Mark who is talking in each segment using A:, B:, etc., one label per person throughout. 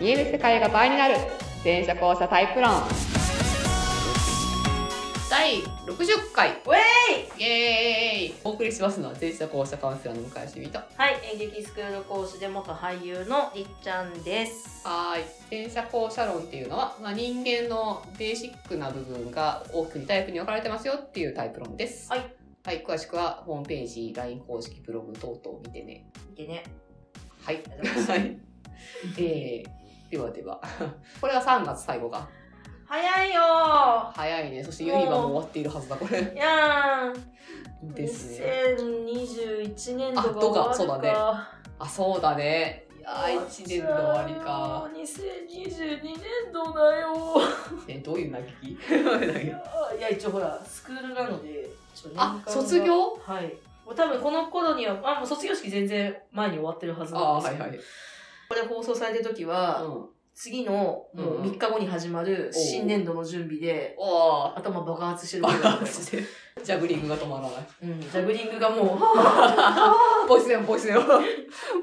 A: 見える世界が倍になる全車交差タイプ論第60回
B: ウェ
A: イ
B: イ
A: エーイお送りしますのは全車交差カウンセラーの向井しみと
B: はい、演劇スクール講師で元俳優のりっちゃんです。
A: はーい全車交差論っていうのは、まあ、人間のベーシックな部分が大きく2タイプに分かれてますよっていうタイプ論です
B: はい、
A: はい、詳しくはホームページ LINE 公式ブログ等々を見てね
B: でね、
A: はい
B: ありがとうご。ざ
A: はいい。えー、ではでは。 これは3月最後か。
B: 早いよ
A: 早いね。そしてユニバも終わっているはずだ、これ。
B: ーやーん
A: ですね。
B: 2021年度
A: あどう
B: が
A: か
B: 終わるか。
A: あ、そうだね。いやー、1年の終わりか。
B: 2022年度だよ
A: え、どういう嘆き
B: いやーいや、一応ほら、スクールなので、ちょ年間
A: あ
B: が、
A: 卒業
B: はい。もう多分この頃には、あ、もう卒業式全然前に終わってるはず
A: あ
B: なん
A: あ
B: です
A: ー、はい
B: よ
A: はい。
B: これ放送されてる時は、
A: うん。
B: 次のもう
A: うん
B: 3日後に始まる新年度の準備で、
A: おー。
B: 頭爆発してること
A: 爆
B: だと思いま
A: 発し
B: す。
A: て。ジャグリングが止まらない。
B: うん、ジャグリングがもう、
A: ボイスメモ、ボイスメモ。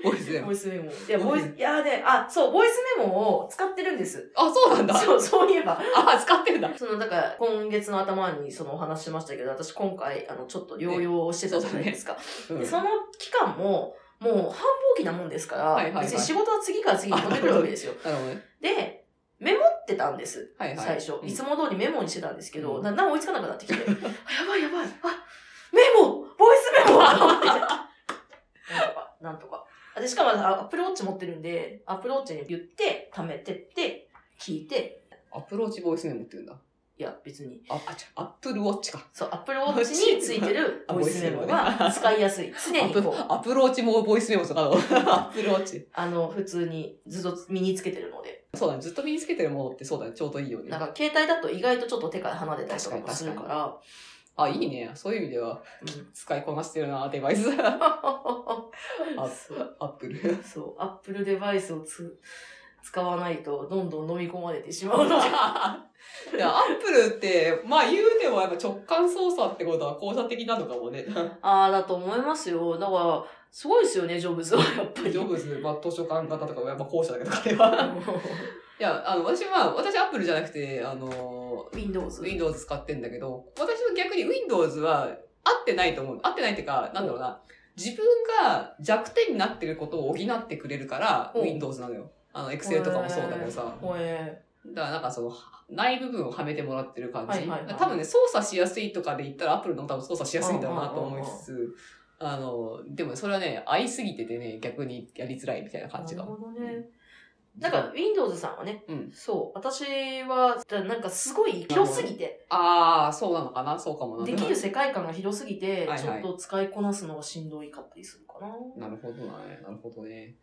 A: ボイスメモ
B: ボ。イスメモ。いや、ボイス、いやで、あ、そう、ボイスメモを使ってるんです。
A: あ、そうなんだ。
B: そう、そういえば。
A: あ、使ってんだ。
B: その、だから、今月の頭にそのお話ししましたけど、私今回、あの、ちょっと療養をしてたじゃないですか。
A: うん
B: でその期間も、もう繁忙期なもんですから、
A: はいはいはい
B: 別に仕事は次から次に飛んでくるわけですよ。
A: なるほどね。
B: で、メモってたんです。
A: はいはい。
B: 最初、
A: うん
B: いつも通りメモにしてたんですけど、
A: うん
B: だんだん追いつかなくなってきて、あ やばいやばい、あ、メモボイスメモと思ってなんとか、なんとか。で、しかもあアップルウォッチ持ってるんで、アップルウォッチに言って、貯めてって、聞いて、
A: アプローチボイスメモって言うんだ。
B: いや、別に。
A: あ、あ、ちゃアップルウォッチか。
B: そう、アップルウォッチについてる
A: あ
B: ボイスメモ
A: ボイスメモ
B: が
A: ね
B: 使い やすい。常
A: ア
B: に
A: プ
B: こう、
A: アプローチもボイスメモとかのアップルウォッチ。
B: あの、普通にずっと身につけてるので。
A: そうだね。ずっと身につけてるものってそうだね。ちょうどいいよね
B: なん。か、携帯だと意外とちょっと手から離れたりとかもするから、
A: あ、いいね。そういう意味では
B: うん
A: 使いこなしてるな、デバイ ス。 あ
B: そう
A: アップ ル。
B: そう、アップルデバイスをつ使わないと、どんどん飲み込まれてしまうので。
A: いや、アップルって、まあ言うてもやっぱ直感操作ってことは効果的なのかも ね。
B: ああ、だと思いますよ。だから、すごいですよね、ジョブズは、やっぱり。
A: ジョブズ、まあ図書館型とかやっぱ後者だけど、彼は。いや、あの、私は、私アップルじゃなくて、あの、
B: Windows。
A: Windows 使ってんだけど、私は逆に Windows は合ってないと思う。合ってないっていうか、なんだろうな。自分が弱点になってることを補ってくれるから、
B: うん
A: Windows なのよ。あの、Excel とかもそうだけどさ。
B: ほえ
A: だからなんかその、ない部分をはめてもらってる感じ。
B: はいはいはい
A: 多分ね、操作しやすいとかで言ったら Apple の方が多分操作しやすいんだろうなと思いつつ、あの、でもそれはね、合いすぎててね、逆にやりづらいみたいな
B: な
A: 感じ
B: る
A: が。
B: ほどね。なんか、Windows さんはね、
A: うん
B: そう、私は、だなんかすごい広すぎて、
A: ああ、そうなのかなそうかもな。
B: できる世界観が広すぎ
A: は
B: て、
A: いはい
B: ちょっと使いこなすのがしんどいかったりするかな。
A: なるほどね。なるほどね。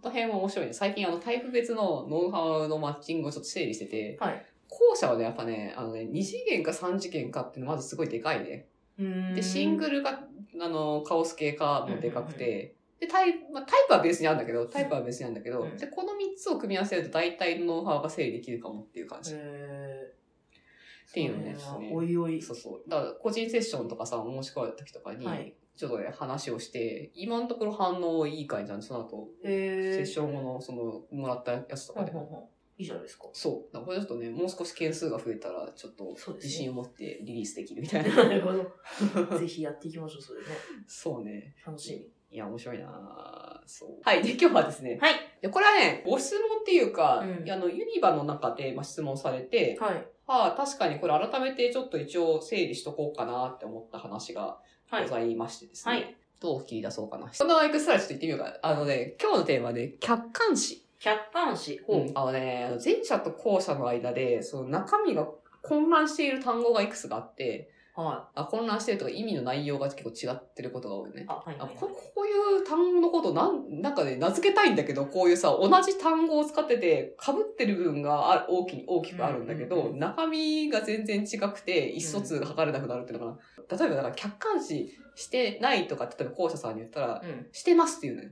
A: この辺は面白いね。最近あのタイプ別のノウハウのマッチングをちょっと整理してて、
B: はい。
A: 後者はね、やっぱね、あのね、2次元か3次元かっていうのまずすごいでかいね。
B: うーん
A: で、シングルか、あの、カオス系かもでかくて、で、タイプ、まあ、タイプは別にあるんだけど、タイプは別にあるんだけど、
B: うん
A: で、この3つを組み合わせると大体のノウハウが整理できるかもっていう感じ。
B: えー、
A: っていうのですね
B: それはおいおい。
A: そうそう。だから、個人セッションとかさ、申し込まれた時とかに、
B: はい。
A: ちょっとね、話をして、今のところ反応いい感じなんで、その後、
B: え
A: セッション後の、その、もらったやつとか
B: ほん
A: で
B: ほんほんいいじゃない ですか。
A: そう。だからこれちょっとね、もう少し件数が増えたら、ちょっと
B: そうですね
A: 自信を持ってリリースできるみたい
B: な
A: な。
B: る ほ ど。ぜひやっていきましょう、それね。
A: そうね。
B: 楽し
A: いや、面白いなぁそう。はい。で、今日はですね。
B: はい
A: で。これはね、ご質問っていうか、
B: うん
A: あの、ユニバの中で、まあ、質問されて
B: み。、はい。
A: はあ、確かにこれ改めてちょっと一応整理しとこうかなって思った話が
B: は
A: ご
B: い。
A: ざいましてですね。
B: はい
A: どう切り出そうかな。そのエクストラちょっと言ってみようか。あのね、今日のテーマで、客観視。
B: 客観視。ほう。
A: うん、あのね、前者と後者の間で、その中身が混乱している単語がいくつかあって、
B: は
A: あ混乱してるとか意味の内容が結構違ってることが多いね
B: い。。あ、はい、
A: あ
B: はい。
A: ここういう単語のことなん、なんかね、名付けたいんだけど、こういうさ、同じ単語を使ってて、被ってる部分があ大きい大きくあるんだけど、
B: うんうんうん
A: 中身が全然違くて、一疎通が図れなくなるっていうのかな。例えば、だから客観視してないとか、例えば後者さんに言ったら、
B: うん。
A: してますっていうのよ。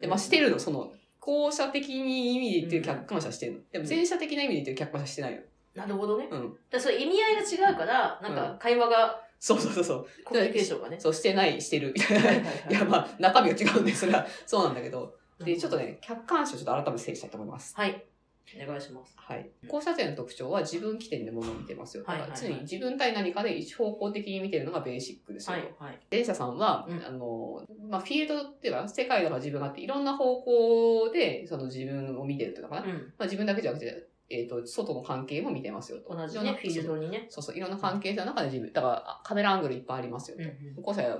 A: で、まあ、
B: うん
A: してるの、その、後者的に意味で言ってる客観者はしてるの。でも、前者的な意味で言ってる客観者はしてないの。
B: なるほどね。
A: うん。
B: だそれ意味合いが違うから、なん
A: う
B: か会話が、
A: そうそうそうそう。
B: コミュニケーションがね。
A: そう、してない、して る、みたい
B: は
A: な。
B: い
A: い
B: はいは い
A: や、まあ、中身が違うんで、それは、そうなんだけど。で、ちょっと。
B: なる
A: ね、客観視をちょっと改めて整理したいと思います。
B: ほどはい。お願いします。
A: はい。校舎生の特徴は自分起点で物を見てますよ。だから
B: はいはいは
A: 常
B: い
A: に自分対何かで一方向的に見てるのがベーシックですよ。
B: はい、はい。
A: 電車さんは、
B: うん
A: あの、まあ、フィールドっていうか、世界だから自分があって、いろんな方向で、その自分を見てるっていうのかな。ま
B: うん。
A: あ、自分だけじゃなくて、えっ、と、外の関係も見てますよと。
B: 同じ
A: いろん
B: ね、
A: な
B: フィールドにね。
A: そうそう、いろんな関係者の中で自分、だからあカメラアングルいっぱいありますよ
B: うんう
A: と。
B: ん。
A: 校舎は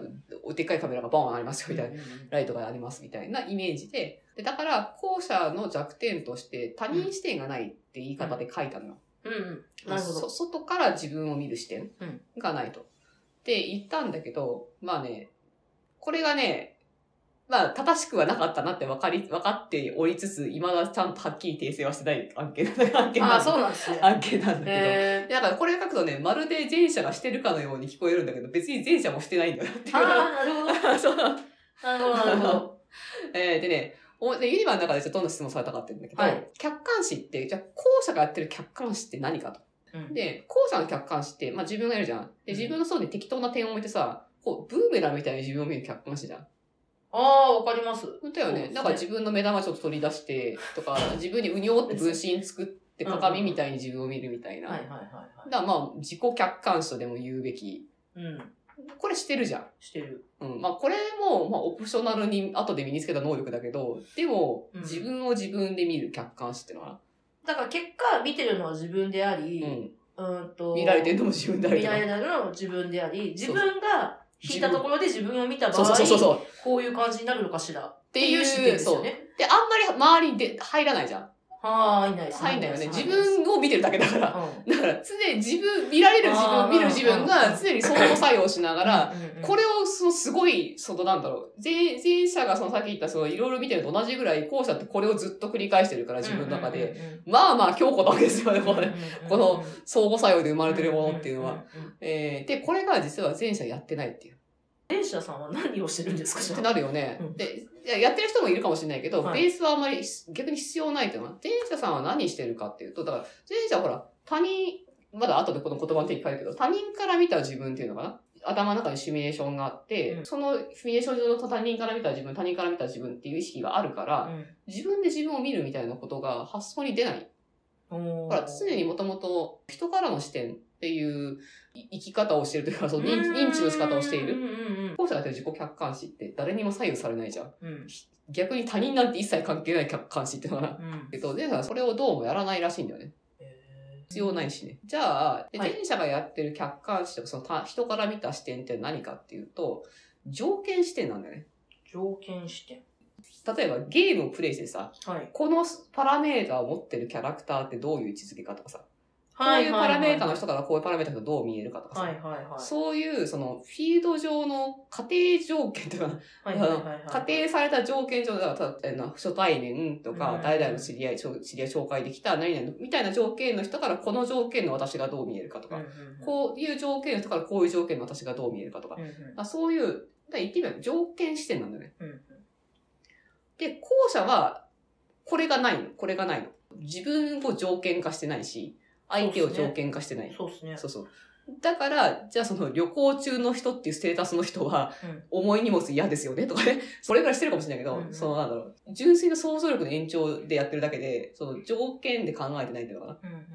A: でっかいカメラがボーンありますよみたいな。
B: うんうん
A: ライトがありますみたいなイメージで、でだから、後者の弱点として他人視点がないって言い方で書いたのよ。
B: うんうん。なるほ
A: そ
B: ど。
A: 外から自分を見る視点
B: うん
A: がないと。って言ったんだけど、まあね、これがね、まあ、正しくはなかったなって分かり、分かっておりつつ、未だちゃんとはっきり訂正はしてない案件、案件
B: あ
A: な
B: あ、
A: んだ
B: そうなんですね。
A: 案件なんだけど。
B: へえ。
A: だからこれ書くとね、まるで前者がしてるかのように聞こえるんだけど、別に前者もしてないんだよなっていう
B: ああ、なるほ ど。
A: そう
B: なるほど、なるほ ど。
A: えーでね、おでユニバの中でちょっとどんな質問されたかって言うんだけど、
B: はい
A: 客観視って、じゃあ、後者がやってる客観視って何かと。
B: うん
A: で、後者の客観視って、まあ自分がやるじゃん。で、
B: うん
A: 自分の層に適当な点を置いてさ、こう、ブーメランみたいに自分を見る客観視じゃん。
B: ああ、わかります。
A: 本当だよ
B: そう
A: ね
B: で。すね
A: だから自分の目玉ちょっと取り出して、とか、自分にうにょーって分身作って、
B: うんうん
A: 鏡みたいに自分を見るみたいな。
B: はい、は
A: だ
B: い、
A: か
B: はい。
A: らまあ、自己客観視とでも言うべき。
B: うん。
A: これしてるじゃん。
B: してる。
A: うん、まあこれも、まあオプショナルに後で身につけた能力だけど、でも、
B: うん
A: 自分を自分で見る客観視ってのは、
B: だから結果、見てるのは自分であ
A: う
B: り、
A: ん、
B: うんと、
A: 見られてるのも自分である
B: 見
A: じゃ
B: ら
A: ん
B: れたのは自分であり、
A: そ
B: 自
A: う
B: 分が引いたところで自分を見た場
A: そう
B: 合
A: そう、そうそう。っ
B: こういう感じになるのかしら。ってて
A: い
B: いうう視点です
A: そ
B: よ
A: う。
B: ね。
A: で、あんまり周りにで入らないじゃん。
B: はーい、いないです。
A: 入んないよね。
B: は
A: 自
B: いないです
A: 分を見てるだけだから。だから常に自分、見られる自分、
B: あー
A: 見る自分
B: うんうん
A: が
B: うん
A: 常に相互作用しながら、
B: うんうんうん
A: これをそのすごい、そのなんだろう、前前者がそのさっき言ったそのいろいろ見てると同じぐらい、後者ってこれをずっと繰り返してるから自分の中で。、まあまあ強固なわけですよ ね、これ。この相互作用で生まれてるものっていうのは。。
B: うんうんうん
A: えーで、これが実は前者やってないっていう。
B: 電車さんは何をしてるんですか
A: っ
B: じ
A: て
B: ゃあ
A: なるよね。
B: うん
A: で、いややってる人もいるかもしれないけど、
B: はい
A: ベースはあんまり逆に必要ないっていうのは、前者さんは何してるかっていうと、だから前者はほら、他人、まだ後でこの言葉の定義変えるけど、他人から見た自分っていうのかな頭の中にシミュレーションがあって、
B: うん
A: そのシミュレーション上の他人から見た自分、他人から見た自分っていう意識があるから、
B: うん
A: 自分で自分を見るみたいなことが発想に出ない。
B: おー
A: だから常にもともと人からの視点っていう生き方をしてるというか、その認認知の仕方をしている
B: う。んうん
A: 後者だけど自己客観視って誰にも左右されないじゃん。
B: うんうん
A: 逆に他人なんて一切関係ない客観視ってのは。
B: うん
A: けど、前者はそれをどうもやらないらしいんだよね。
B: えー
A: 必要ないしね。じゃあ、で
B: はい
A: 前者がやってる客観視とか、その他人から見た視点って何かっていうと、条件視点なんだよね。
B: 条件視点。
A: 例えばゲームをプレイしてさ、
B: はい。
A: このパラメーターを持ってるキャラクターってどういう位置づけかとかさ、こう
B: はいいうは
A: パ
B: い
A: ラメーター
B: は
A: の
B: い
A: 人からこういうパラメーターの人がどう見えるかとかさ、
B: はいはいはい。
A: そういうそのフィールド上の家庭条件とかな、
B: はいはいはいはい
A: 仮定された条件上だからたあの初対面と
B: う
A: か、
B: ん
A: 誰々の知り合い、ちょ知り合い紹介できた何々のみたいな条件の人から、この条件の私がどう見えるかと
B: うん
A: か、
B: うんうん
A: こういう条件の人からこういう条件の私がどう見えるかとか
B: う、んうん
A: あそういう、だから言ってみれば条件視点なんだよね。
B: うんうん
A: で、後者は、これがないの、これがないの。自分を条件化してないし、相手を条件化してない。
B: そうですね。
A: そうそう。だから、じゃあその旅行中の人っていうステータスの人は、重い荷物嫌ですよねとかね、 それぐらいしてるかもしれないけど、
B: うんうん
A: そのなんだろう、純粋な想像力の延長でやってるだけで、その条件で考えてないっていうのかな。だか
B: うんうん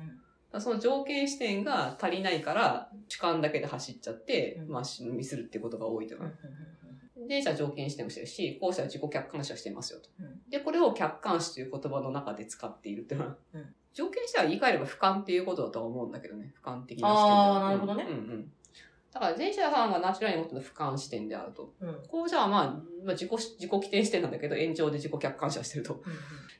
A: らその条件視点が足りないから、主観だけで走っちゃって、
B: うん
A: まあ、しミスるってことが多いという
B: うんうん
A: か。で、じゃあ条件視点をしてるし、後者は自己客観視はしてますよと。
B: うんうん
A: で、これを客観視という言葉の中で使っているっていうのは、
B: うん
A: 条件視点は言い換えれば俯瞰っていうことだとは思うんだけどね、俯瞰的な視点で
B: あー
A: は
B: なるほどね
A: うんうん。だから前者さんがナチュラルに持ってるのは俯瞰視点であると。
B: うんうん
A: こうじゃあまあ、まあ、自己、自己規定視点なんだけど、延長で自己客観視はしてると。
B: うん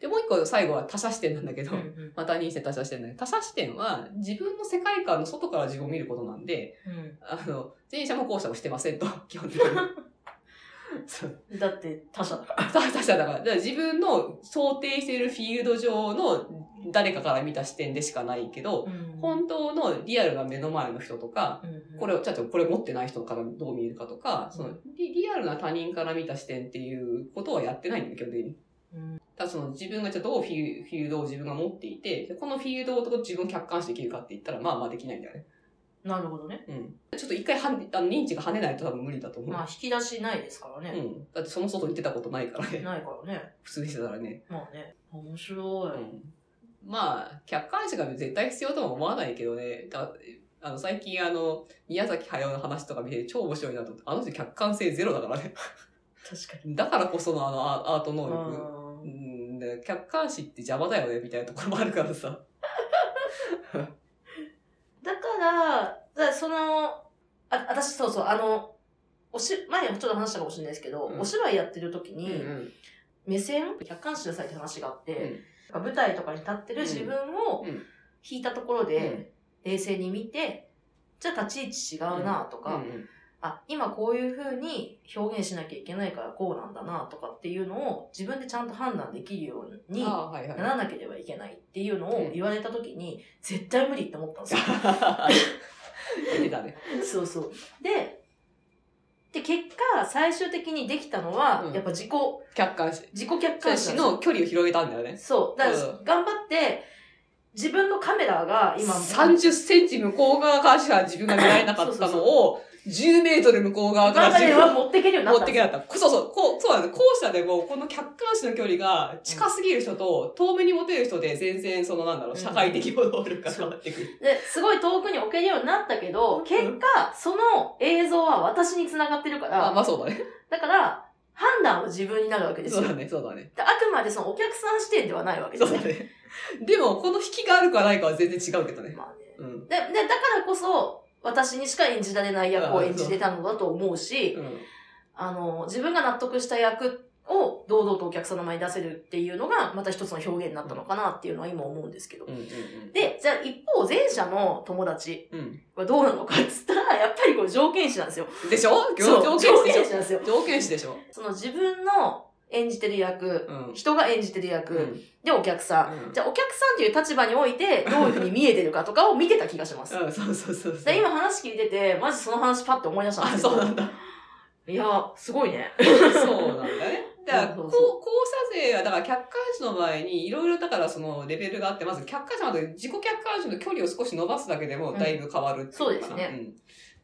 A: で、もう一個最後は他者視点なんだけど、
B: うんうん
A: また人生他者視点なんだけど、他者視点は自分の世界観の外から自分を見ることなんで、あの、前者も後者もしてませんと、基本的 に。そう
B: うんだって他者だから。
A: 他他者だから、だから自分の想定しているフィールド上の誰かから見た視点でしかないけど、本当のリアルな目の前の人とか、これ
B: を
A: を、ちゃんとこれ持ってない人からどう見えるかとか、そのリリアルな他人から見た視点っていうことはやってないんだよ、基本的に。
B: うん
A: ただその自分がじゃあどうフィールフィールドを自分が持っていて、でこのフィールドを自分を客観視できるかって言ったら、まあまあできないんだよね。
B: なるほどね。
A: うん。ちょっと一回はんあの認知が跳ねないと多分無理だと思う。
B: まあ引き出しないですから
A: う
B: ね。
A: ん。だってその外に出たことないからね。
B: ないからね。
A: 普通にしてたらね。
B: まあね。面白い。
A: うん。まあ、客観視が絶対必要とは思わないけどね。だあの、最近あの、宮崎駿の話とか見て超面白いなと思って、あの人客観性ゼロだからね。
B: 確かに。
A: だからこそのあのアアート能力。う
B: あ
A: ん、だから客観視って邪魔だよね、みたいなところもあるからさ。
B: ーだから、だからその、あ、私そうそう、あの、おし、前にもちょっと話したかもしれないですけど、
A: うん
B: お芝居やってる時
A: う
B: に、目線、客観視なさいって話があって、
A: うん
B: なんか舞台とかに立ってる自分を
A: うんうん
B: 引いたところで、冷静に見て、じゃあ立ち位置違うなとか、
A: うん
B: あ、今こういう風に表現しなきゃいけないからこうなんだなとかっていうのを自分でちゃんと判断できるよう
A: うん
B: に
A: あ
B: な
A: あ、はいはい。
B: らなければいけないっていうのを言われた時に、絶対無理って思ったん ですよ。
A: 出てたね。
B: そうそう。で、で、結果、最終的にできたのは、
A: うん
B: やっぱ自己、
A: 客観視。
B: 自己客
A: そ
B: 観
A: う
B: 視
A: 死
B: なん
A: の距離を広げたんだよ
B: で
A: ね。
B: すよそう。だから、
A: う
B: 頑張って、自分のカメラが今、
A: 30センチ向こう側からしか自分が見られなかったのを、10メートル向こう側から
B: カ
A: 自
B: メ
A: 分
B: ラ
A: が
B: は持ってけるようになっ
A: 持
B: た
A: っ
B: ん
A: て
B: で
A: け
B: すよ。
A: なかった。そうそう、こう、そうなんです。後者でも、この客観視の距離が近すぎる人と、遠目に持てる人で全然、そのなんだろう、
B: うん
A: 社会的行動力が変わってくる。
B: ですごい遠くに置けるようになったけ
A: う
B: ど
A: ん、
B: 結果、その映像は私に繋がってるか
A: あ、
B: ら、
A: まあそうだね。
B: だから、判断は自分になるわけです
A: そ
B: よ。
A: うだ
B: であ
A: ね、そうだね。
B: くまでそのお客さん視点ではないわけで
A: そうだ
B: すね。
A: ね。でも、この引きがあるかないかは全然違うけどね。
B: まあね
A: うん。
B: でで、だからこそ、私にしか演じられない役を演じてたのだと思うし、
A: うん。
B: あの、自分が納得した役を堂々とお客さんの前に出せるっていうのが、また一つの表現になったのかなっていうのは今思うんですけど
A: うん。うん。うん、
B: で、じゃあ一方、前者の友達
A: うん。
B: はどうなのかっつったら、やっぱりこれ条件詞なんですよ。
A: でしょ
B: そう
A: 条件詞
B: 条
A: で
B: 件
A: し
B: 詞なんですよ
A: ょ。条件詞でしょ
B: その自分の演じてる役、
A: うん。
B: 人が演じてる役、
A: うん
B: でお客さん。
A: うん
B: じゃあお客さんという立場において、どういうふうに見えてるかとかを見てた気がします。
A: うん、そうそうそうそう。
B: で今話聞いてて、マジその話パッて思い出したん
A: あ、
B: ですけ
A: そう
B: ど
A: なんだ。
B: いや、すごいね。
A: そうなんだね。だから、
B: そ
A: こう
B: うそう
A: 後
B: そう
A: 者勢は、だから客観視の前に、いろいろだからそのレベルがあって、まず客観視まで自己客観視の距離を少し伸ばすだけでもだいぶ変わるってい
B: そう
A: う
B: で
A: か
B: す
A: な。
B: ね
A: うん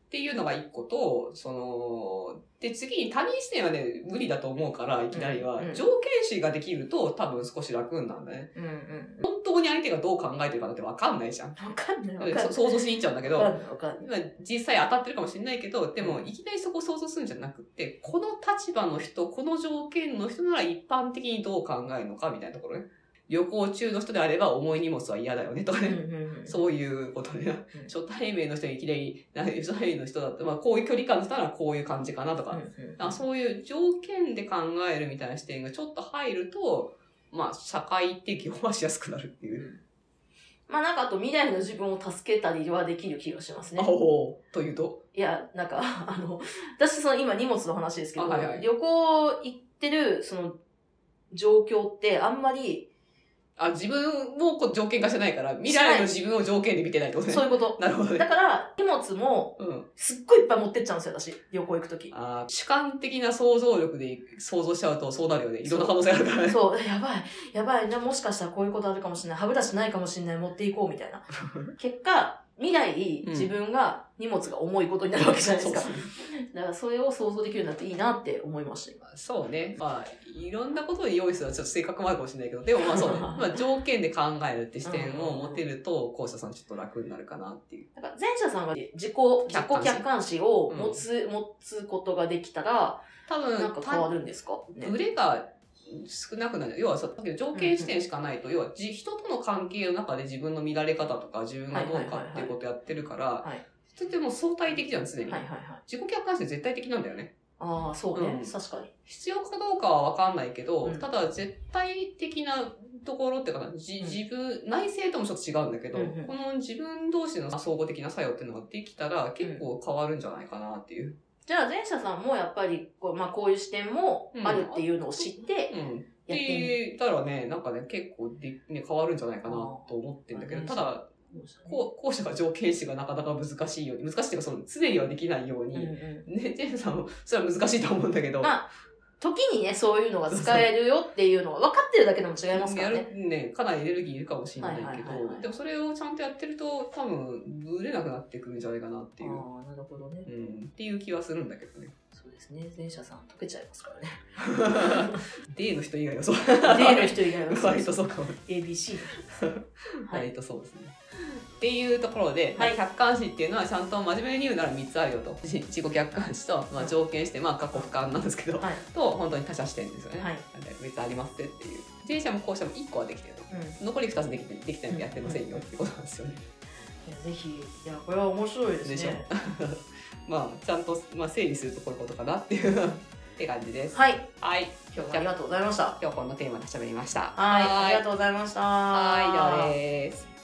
A: っていうのが一個と、その、で、次に他人視点はね、無理だと思うから、いきなりは、
B: うんうん
A: 条件視ができると多分少し楽なんだね。
B: うんうん。
A: 本当に相手がどう考えてるかなんてわかんないじゃん。
B: わかんないわかんない。
A: そ想像しに行っちゃうんだけど、
B: わかんないわかんない。
A: まあ実際当たってるかもしれないけど、でも
B: う、ん
A: いきなりそこを想像するんじゃなくて、この立場の人、この条件の人なら一般的にどう考えるのかみたいなところね。旅行中の人であれば重い荷物は嫌だよねとかね。
B: う
A: そういうことね
B: ん。
A: 初対面の人にいきなり、 な初対面の人だったら、まあこういう距離感の人ならこういう感じかなとか、
B: んうん
A: あそういう条件で考えるみたいな視点がちょっと入ると、まあ社会的を回しやすくなるっていう。
B: まあなんかあと未来の自分を助けたりはできる気がしますね
A: あ。おおというと。
B: いや、なんか、 あの、私その今荷物の話ですけど、
A: あはいはい
B: 旅行行ってるその状況ってあんまり、
A: あ、自分もこう条件化してないから、未来の自分を条件で見てないってことね
B: そう。い うこと。
A: なるほど
B: だ
A: ね。
B: から荷物も
A: うん。
B: すっごいいっぱい持ってっちゃうんですよ、私。旅行行くとき。
A: あー主観的な想像力で想像しちゃうとそうなるよね。いろんな可能性あるからね。
B: そう、 やばい、やばい、なもしかしたらこういうことあるかもしれない、歯ブラシないかもしれない、持っていこうみ たいな。結果、未来
A: うん
B: 自分が荷物が重いことになるわけじゃないですか
A: そう。
B: だからそれを想像できるようになっていいなって思いました。
A: そうそうね。まあ、いろんなことに用意するのはちょっと性格もあるかもしれないけど、でもまあ そうね。まあ条件で考えるって視点を持てると、校舎さんちょっと楽になるかなっていう。
B: だから前者さんが自己、自
A: 客観視
B: 己客観視を持つ、持つことができたら、
A: 多分、
B: なんか変わるんですか、ね
A: ブレが少なくなる。要はさ、だけど条件視点しかないと、要はじ人との関係の中で自分の見られ方とか自分がどうかっていうことやってるから、
B: はい
A: それってもう相対的じゃん、常に。
B: はいはいはい。
A: 自己客観視って絶対的なんだよね。
B: ああ、そうね、
A: うん
B: 確かに。
A: 必要かどうかは分かんないけど、
B: うん
A: ただ絶対的なところっていうかな、じ
B: うん
A: 自分、内政ともちょっと違うんだけど、
B: うんうん
A: この自分同士の相互的な作用っていうのができたら結構変わるんじゃないかなっていう。
B: じゃあ前者さんもやっぱりこう、まあこういう視点もあるっていうのを知って、
A: うん。
B: やってみる。
A: で、たらね、なんかね、結構で、ね、変わるんじゃないかなと思ってんだけど、
B: あー
A: ただ、こう後者が条件視がなかなか難しいように、難しいっていうかその、常にはできないよう
B: う
A: に、
B: んうん
A: ね、ジェームさんも、それは難しいと思うんだけど、
B: まあ時にね、そういうのが使えるよっていうのが分かってるだけでも違いますか
A: や
B: らね。
A: るね、かなりエネルギーいるかもしれないけど、
B: はいはいはいはい
A: でもそれをちゃんとやってると、多分、ぶれなくなってくるんじゃないかなっていう、
B: ああ、なるほどね。
A: うん、っていう気はするんだけどね。
B: そそうですね。前者さん溶けちゃいますからね。
A: D の人以外はそう。
B: 例の人以外はそうで
A: 割
B: す
A: とそうかも。
B: ABC。はい
A: 割とそうですね。っていうところで、
B: はい
A: 客観視っていうのはちゃんと真面目に言うなら3つあるよ と自自己客観視と、まあ、条件して、まあ、過去俯瞰なんですけど、
B: はい。
A: と本当に他者視点ですよね、
B: はい
A: なんで3つありますってっていう前者も後者も1個はできてると
B: うん。い
A: 残り2つできてできてるんでやってませんよっていうことなんですよね。
B: やぜひ、いや、これは面白いですね。
A: でしょまあちゃんと、まあ、整理するとこういうことかなっていうって感じです。
B: はい。
A: はい
B: 今日もありがとうございました。
A: 今日このテーマで喋りました。
B: はい。あ
A: とう
B: りがとうございました。
A: はい以上です。